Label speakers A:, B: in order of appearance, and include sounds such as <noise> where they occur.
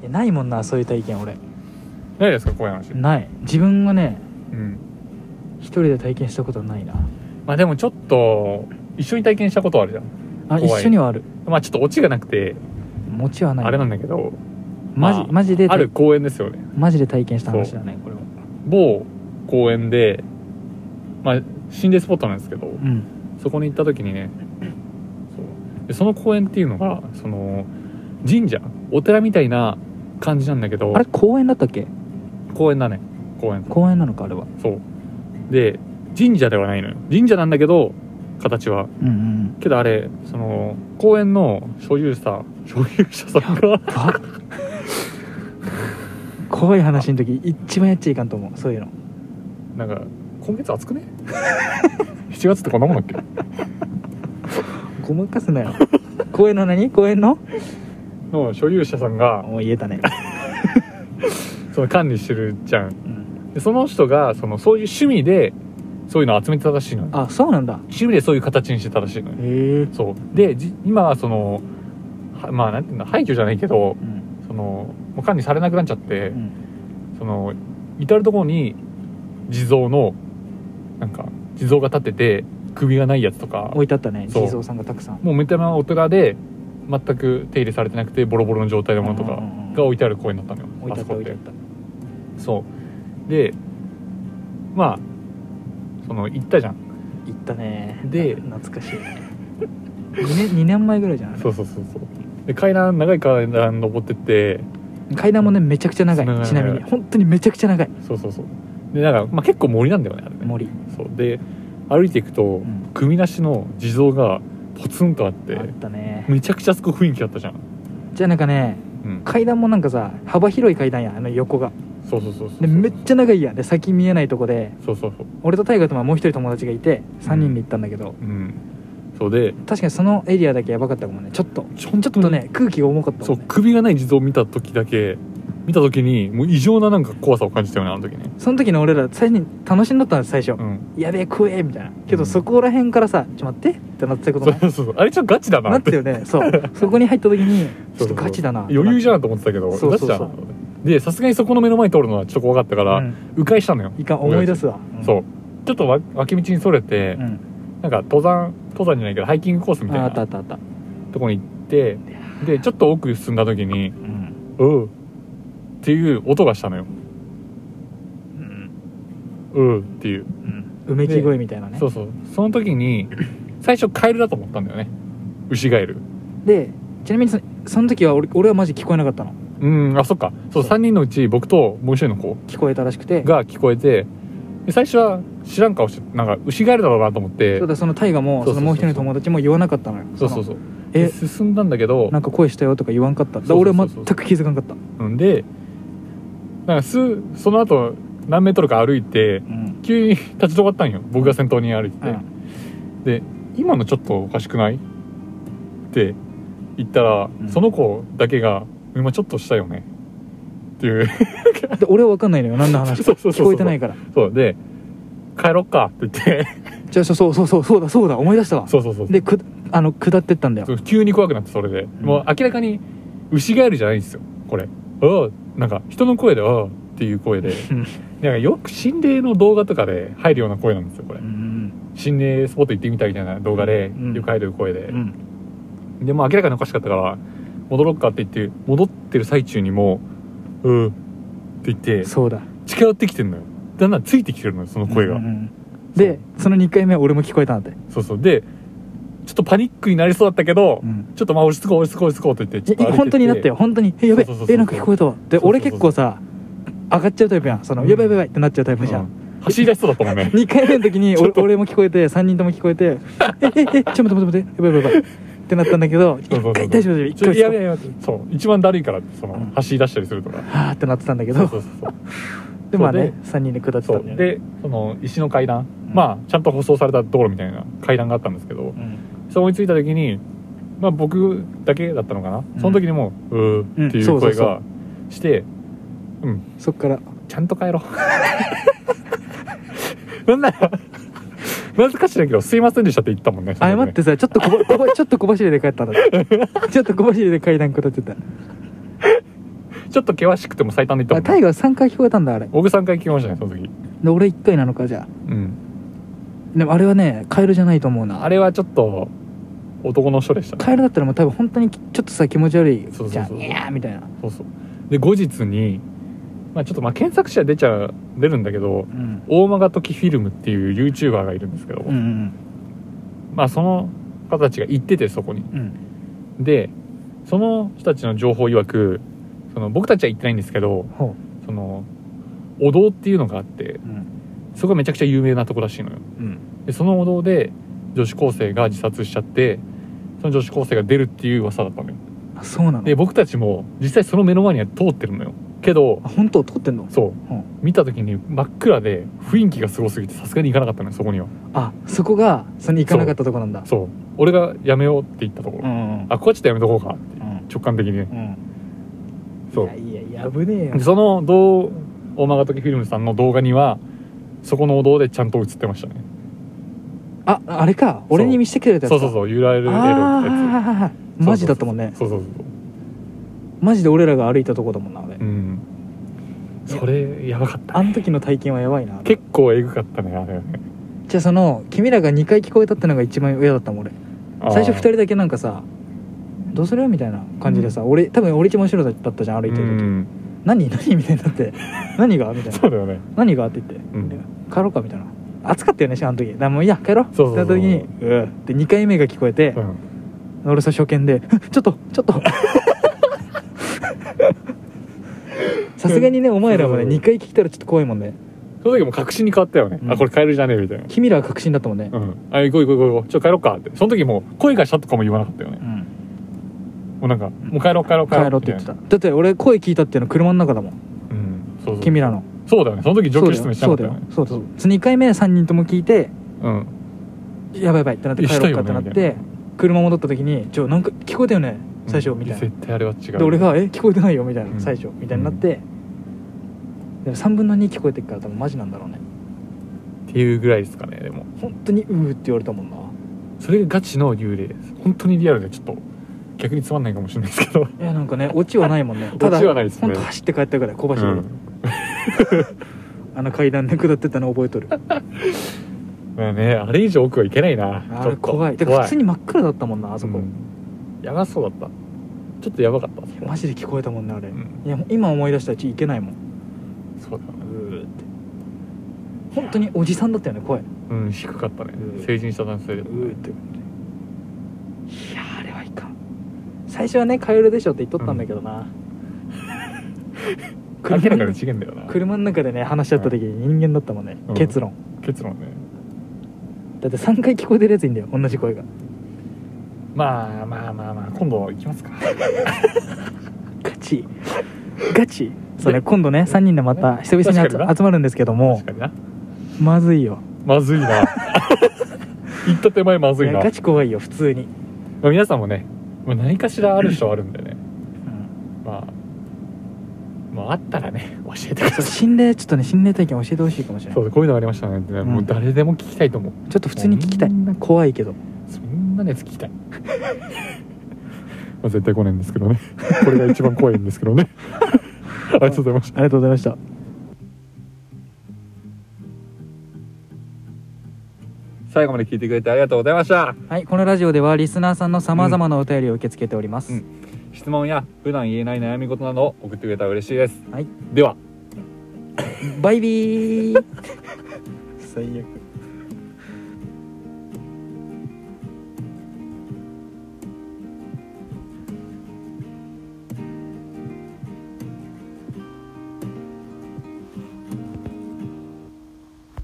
A: いやないもんなそういった意見俺
B: ないですかこういう話
A: ない自分がね
B: うん
A: 一人で体験したことはないな
B: まあでもちょっと一緒に体験したことはあるじゃん
A: あ
B: 怖い
A: 一緒にはある
B: まあちょっとオチがなくて
A: 持ちはない
B: あれなんだけど
A: マジ,、
B: まあ
A: マジで
B: ある公園ですよね
A: マジで体験した話だねこれは
B: 某公園でまあ心霊スポットなんですけど
A: うん
B: そこに行った時にねそうでその公園っていうのがその神社お寺みたいな感じなんだけど
A: あれ公園だったっけ
B: 公園だね公園
A: 公園なのかあれは
B: そうで神社ではないのよ神社なんだけど形は
A: うんうん
B: けどあれその公園の所有者所有者さん
A: <laughs>
B: が
A: ば怖い話の時一番やっちゃいかんと思うそういうの
B: なんか今月暑くね <laughs> 7月ってこんなもんだっけ
A: ごまかすなよ公園の何公園の
B: の所有者さんが
A: もう言えたね、
B: その管理してるじゃ
A: う
B: ん
A: ん、
B: でその人がそのそういう趣味でそういうのを集めてたらしいのよ
A: あそうなんだ
B: 趣味でそういう形にしてたらしいのよ
A: へえ
B: そうでじ今はそのはまあなんていうの廃墟じゃないけど
A: うん
B: そのもう管理されなくなっちゃって、
A: うん
B: その至る所に地蔵のなんか地蔵が立ってて首がないやつとか
A: 置いてあったね
B: そう
A: 地蔵さんがたくさん
B: もう見た目はお寺で全く手入れされてなくてボロボロの状態のものと
A: う
B: か
A: んうんうん
B: が置いてある公園だったのよ
A: 置い
B: あ
A: てあっ
B: そ
A: た
B: こ
A: 置
B: っ
A: いてあ
B: て
A: った
B: そうでまあその行ったじゃん
A: 行ったね
B: で
A: な懐かしいね 2, 年2年前ぐらいじゃない
B: そうそうそうそうで階段長い階段登ってって
A: 階段もねめちゃくちゃ長いちなみに本当にめちゃくちゃ長い
B: そうそうそうでなんか、まあ、結構森なんだよねあれね
A: 森、
B: そうで歩いていくと、
A: ん
B: 組なしの地蔵がポツンとあって
A: あったね
B: めちゃくちゃあそこ雰囲気あったじゃん、
A: じゃあなんかね
B: うん、
A: 階段もなんかさ幅広い階段やんあの横が
B: そうそうそうそう
A: でめっちゃ長いやんで先見えないとこで
B: そうそうそう
A: 俺と大我とももう一人友達がいて3人で行ったんだけど、
B: うんそうで
A: 確かにそのエリアだけやばかったかもねちょっと
B: ちょ
A: ちょっとね空気が重かった
B: そ
A: も、
B: うん
A: ね、
B: 首がない地蔵を見た時だけ見た時にもう異常ななんか怖さを感じたよねあの時ね
A: その時の俺ら最初に楽しんどったんです最初、
B: うん
A: やべえ食えみたいなけ
B: う
A: ど
B: ん
A: そこら辺からさちょっと待ってってなってたこと
B: そう
A: ない
B: そうそうあれちょっとガチだな
A: な
B: っ
A: って
B: て
A: たよねそう
B: <laughs>
A: そこに入った時にちょっ
B: そう
A: と
B: そうそう
A: ガチだな
B: 余裕じゃ
A: ん
B: んと思ってたけど
A: そうそうそう
B: ガチだなと思ってでさすがにそこの目の前通るのはちょっと怖かったから、迂回したのよ
A: いかん思い出すわ、ん
B: そうちょっとわ脇道にそれて、
A: うん、
B: なんか登山登山じゃないけどハイキングコースみたい
A: ああ
B: な
A: ったあったあった、
B: とこに行ってでちょっと奥進んだ時に
A: うん
B: 「うん」っていう音がしたのよ
A: うん
B: 「うん」っていう
A: うん、うめき声みたいなね
B: そうそうその時に最初カエルだと思ったんだよね牛ガエル
A: でちなみにそその時は俺俺はマジ聞こえなかったの
B: うんあそっかそう
A: そう
B: 3人のうち僕ともう一人の子
A: 聞こえたらしくて
B: が聞こえてで最初は知らん顔してなんか牛ガエルだろうなと思って
A: そうだその大我も
B: そ
A: そう
B: そうそうそう
A: のもう一人の友達も言わなかったのよ
B: そうそう
A: の
B: そうで
A: え
B: 進んだんだけど
A: なんか声したよとか言わんかっただから
B: そうそ
A: 俺
B: うそう
A: は
B: そう
A: 全く気づかんかった
B: うんでなんかすその後何メートルか歩いて
A: うん
B: 急に立ち止まったんよ僕が先頭に歩いてて、
A: うん
B: で今のちょっとおかしくないって言ったら、
A: うん
B: その子だけが「今ちょっとしたよね」っていう <laughs>
A: で俺は分かんないのよ何の話
B: そ
A: か
B: うそうそうそう
A: 聞こえてないから
B: そうで「帰ろっか」って言って
A: じゃあそうそうそうそうそうだそうだ思い出したわ
B: そうそうそう
A: でくあの下ってったんだよ
B: そう急に怖くなってそれで、もう明らかに牛ガエルじゃないんですよこれああなんか人の声で「ああ」っていう声で
A: うん
B: なんかよく心霊の動画とかで入るような声なんですよこれ
A: うん
B: 心霊スポット行ってみたみたいな動画で
A: うん
B: よく入る声で
A: う、ん
B: でもう明らかにおかしかったから戻ろっかって言って戻ってる最中にもう「うん」って言って
A: そうだ
B: 近寄ってきてるのよだんだんついてきてるのよその声が、
A: うんうんうんでその2回目は俺も聞こえたんだって
B: そうそうでちょっとパニックになりそうだったけど、
A: うん
B: ちょっとまあ落ち着こう落ち着こう落ち着こうと言って
A: い
B: ちょっと歩いてって
A: 本当になったよ本当にえやべ
B: そうそうそうそう
A: えなんか聞こえたわで
B: そうそうそう
A: 俺結構さ上がっちゃうタイプやんその
B: うん
A: やばいやばいやばいってなっちゃうタイプじゃ
B: うんん走り出しそうだったもんね
A: 2回目の時に
B: <laughs> ちょっ
A: 俺
B: と
A: 俺も聞こえて3人とも聞こえ
B: <laughs>
A: て「えええちょっと待って待って待ってやばいやばいやばい」ってなったんだけど一
B: そうそうそう
A: 回 <laughs> 大丈夫大丈夫一
B: ちょ
A: 回
B: や
A: や
B: べやべそう一番だるいからその、
A: うん
B: 走り出したりするとか
A: はあってなってたんだけ
B: そう
A: ど
B: そうそうそう
A: でまあ
B: そう
A: ね
B: で
A: 3人で下って
B: そ
A: た
B: うん
A: だよね
B: でその石の階段、まあちゃんと舗装された道路みたいな階段があったんですけど
A: うん
B: そう思いついた時に、まあ、僕だけだったのかな、
A: うん
B: その時にもう「うー」ってい
A: そううそ
B: 声
A: うそう
B: がしてうん
A: そっから
B: ちゃんと帰ろうなんならなぜかしらんけど「すいませんでした」って言ったもんねその
A: 謝
B: 時ね
A: ってさちょっとこば
B: <laughs>
A: こばちょっと小走りで帰ったんだってちょっと小走りで階段下ってた
B: ちょっと険しくても最短で行
A: あ
B: ったも
A: タ
B: ん
A: イガー3回聞こえたんだあれ
B: 僕3回聞きましたねその時
A: で俺1回なのかじゃ
B: うん
A: あでもあれはねカエルじゃないと思うな
B: あれはちょっと男の人でしたね
A: カエルだったらもう多分本当にちょっとさ気持ち悪い
B: そうそうそう
A: じゃんいやーみたいな
B: そうそうで後日に、まあ、ちょっとまあ検索者出ちゃう出るんだけ
A: う
B: ど
A: ん
B: 大間が時フィルムっていう YouTuber がいるんですけど、
A: うんうん
B: まあその方たちが行っててそこに
A: うん
B: でその人たちの情報曰くその僕たちは行ってないんですけど
A: ほ
B: そのお堂っていうのがあって
A: ううん
B: そこがめちゃくちゃ有名なとこらしいのよ
A: うん
B: でそのお堂で女子高生が自殺しちゃってその女子高生が出るっていう噂だったのよ
A: あそうなの
B: で僕たちも実際その目の前には通ってるのよけど
A: あ本当撮ってんの
B: そう
A: うん
B: 見た時に真っ暗で雰囲気がすごすぎてさすがに行かなかったのよそこには
A: あそこがその行かなかったとこなんだ
B: そう俺がやめようって言ったところ、
A: ん
B: あここはちょっとやめとこうかって
A: うん
B: 直感的にね
A: うん
B: そう
A: いやいややぶねえよ
B: でその動大間がときフィルムさんの動画にはそこのお堂でちゃんと映ってましたね
A: ああれか俺に見せてくれたやつ
B: そうそう
A: う
B: そう URL
A: ああ
B: や
A: ー
B: つ
A: はいはいはいはいマジだったもんね
B: そうそうそうそう
A: マジで俺らが歩いたとこだもんなあれ
B: うんそれやばかった
A: あの時の体験はやばいな
B: 結構えぐかったねあれはね
A: じゃあその君らが2回聞こえたってのが一番嫌だったもん俺
B: あー
A: 最初2人だけなんかさどうするみたいな感じでさ、俺多分俺一番後ろだったじゃん歩いて
B: う
A: る時、
B: ん
A: 何何みたいになって <laughs> 何がみたいな
B: そうだよね
A: 何がって言って、
B: ん
A: 帰ろうかみたいな暑かったよねしあの時だからもういいや帰ろうって
B: そうそう
A: 言っ
B: そう
A: た時にうっで2回目が聞こえて
B: う、ん
A: 俺さ初見で <laughs> 「ちょっとちょっ
B: <laughs>
A: と」さすがにねお前らもね
B: そう
A: 2回聞いたらちょっと怖いもんね
B: その時も確信に変わったよね
A: うん
B: あこれカエルじゃねえみたいな
A: 君らは確信だったもんね
B: うんあ行こう行こう行こうちょっと帰ろうかってその時もう声がしたとかも言わなかったよね
A: うん
B: もうなんかもう帰ろう帰ろう帰ろう
A: 帰ろうって言って
B: みた
A: た
B: い
A: だって俺声聞いたっていうの車の中だもん
B: なうんそうそう
A: 君らの
B: そうだよねその時
A: そ
B: 上
A: う
B: 級
A: だ
B: 説明
A: よ
B: しな
A: そ
B: かっ
A: う
B: た
A: だ
B: よ
A: よ
B: ね
A: そうだそう2回目3人とも聞いて
B: うん
A: やばいやばいってなって帰ろうかってなっ
B: したよ
A: て車戻った時に「ちょなんか聞こえたよね最初」みたいな
B: 絶対あれは違う
A: で俺が「え聞こえてないよ」みたいうなん最初みたいになってでも3分の2聞こえてるから多分マジなんだろうね
B: っていうぐらいですかねでも
A: 本当に「うー」って言われたもんな
B: それがガチの幽霊です本当にリアルでちょっと逆につまんないかもしれないですけど
A: いやなんかねオチはないもん <laughs> ね
B: オチはないですね
A: 本当走って帰ったぐらい小走り
B: う
A: で、
B: ん
A: あの階段で下ってったの覚え <laughs> とる
B: まあねあれ以上奥はいけないな
A: あ
B: ちょ
A: れ
B: っと
A: 怖いてか普通に真っ暗だったもんなあそこ、
B: うんやばそうだったちょっとやばかったそこ
A: マジで聞こえたもんねあれ、
B: うん
A: いや今思い出したらちいけないもん
B: そうだよ
A: う
B: ね
A: ーって本当におじさんだったよね声う
B: うん低かったね
A: うん
B: 成人した男性で
A: ーっていやあれはいかん最初はね「カエルでしょ」って言っとったんだけど
B: <laughs>
A: な、
B: 明ら
A: 車
B: か
A: の
B: に違えんだよな
A: 車の中でね話し合った時に人間だったもんね、
B: うん
A: 結論
B: 結論ね
A: だって3回聞こえてるやついんだよ同じ声が
B: まあまあまあまあ今度行きますか
A: ガチガチそうね
B: ね
A: 今度ね3人でまた久々に集
B: 確かにな
A: 集まるんですけども
B: <laughs> 確かにな
A: まずいよ
B: まずい <laughs> な行った手前まずい
A: いや
B: な
A: ガチ怖いよ普通に、
B: まあ皆さんもね、まあ、何かしらある人はあるんでね
A: うん
B: まあまああったらね教えてくだ <laughs>
A: そう
B: さい
A: 心霊ちょっとね心霊体験教えてほしいかもしれな
B: そ
A: いう
B: こういうのありましたねってね、
A: うん
B: もう誰でも聞きたいと思う
A: ちょっと普通に聞きたい
B: みんな
A: 怖いけど
B: そんなのやつ聞き <laughs> たいまあ絶対来ないんですけどねこれが一番怖いんですけ <laughs> どねありがとうございました
A: ありがとうございました
B: 最後まで聞いてくれてありがとうございました
A: はいこのラジオではリスナーさんのさまざまなお便りを受け付けております、
B: うん質問や普段言えない悩み事などを送ってくれたら嬉しいです
A: はい
B: では
A: バイビー <laughs> 最悪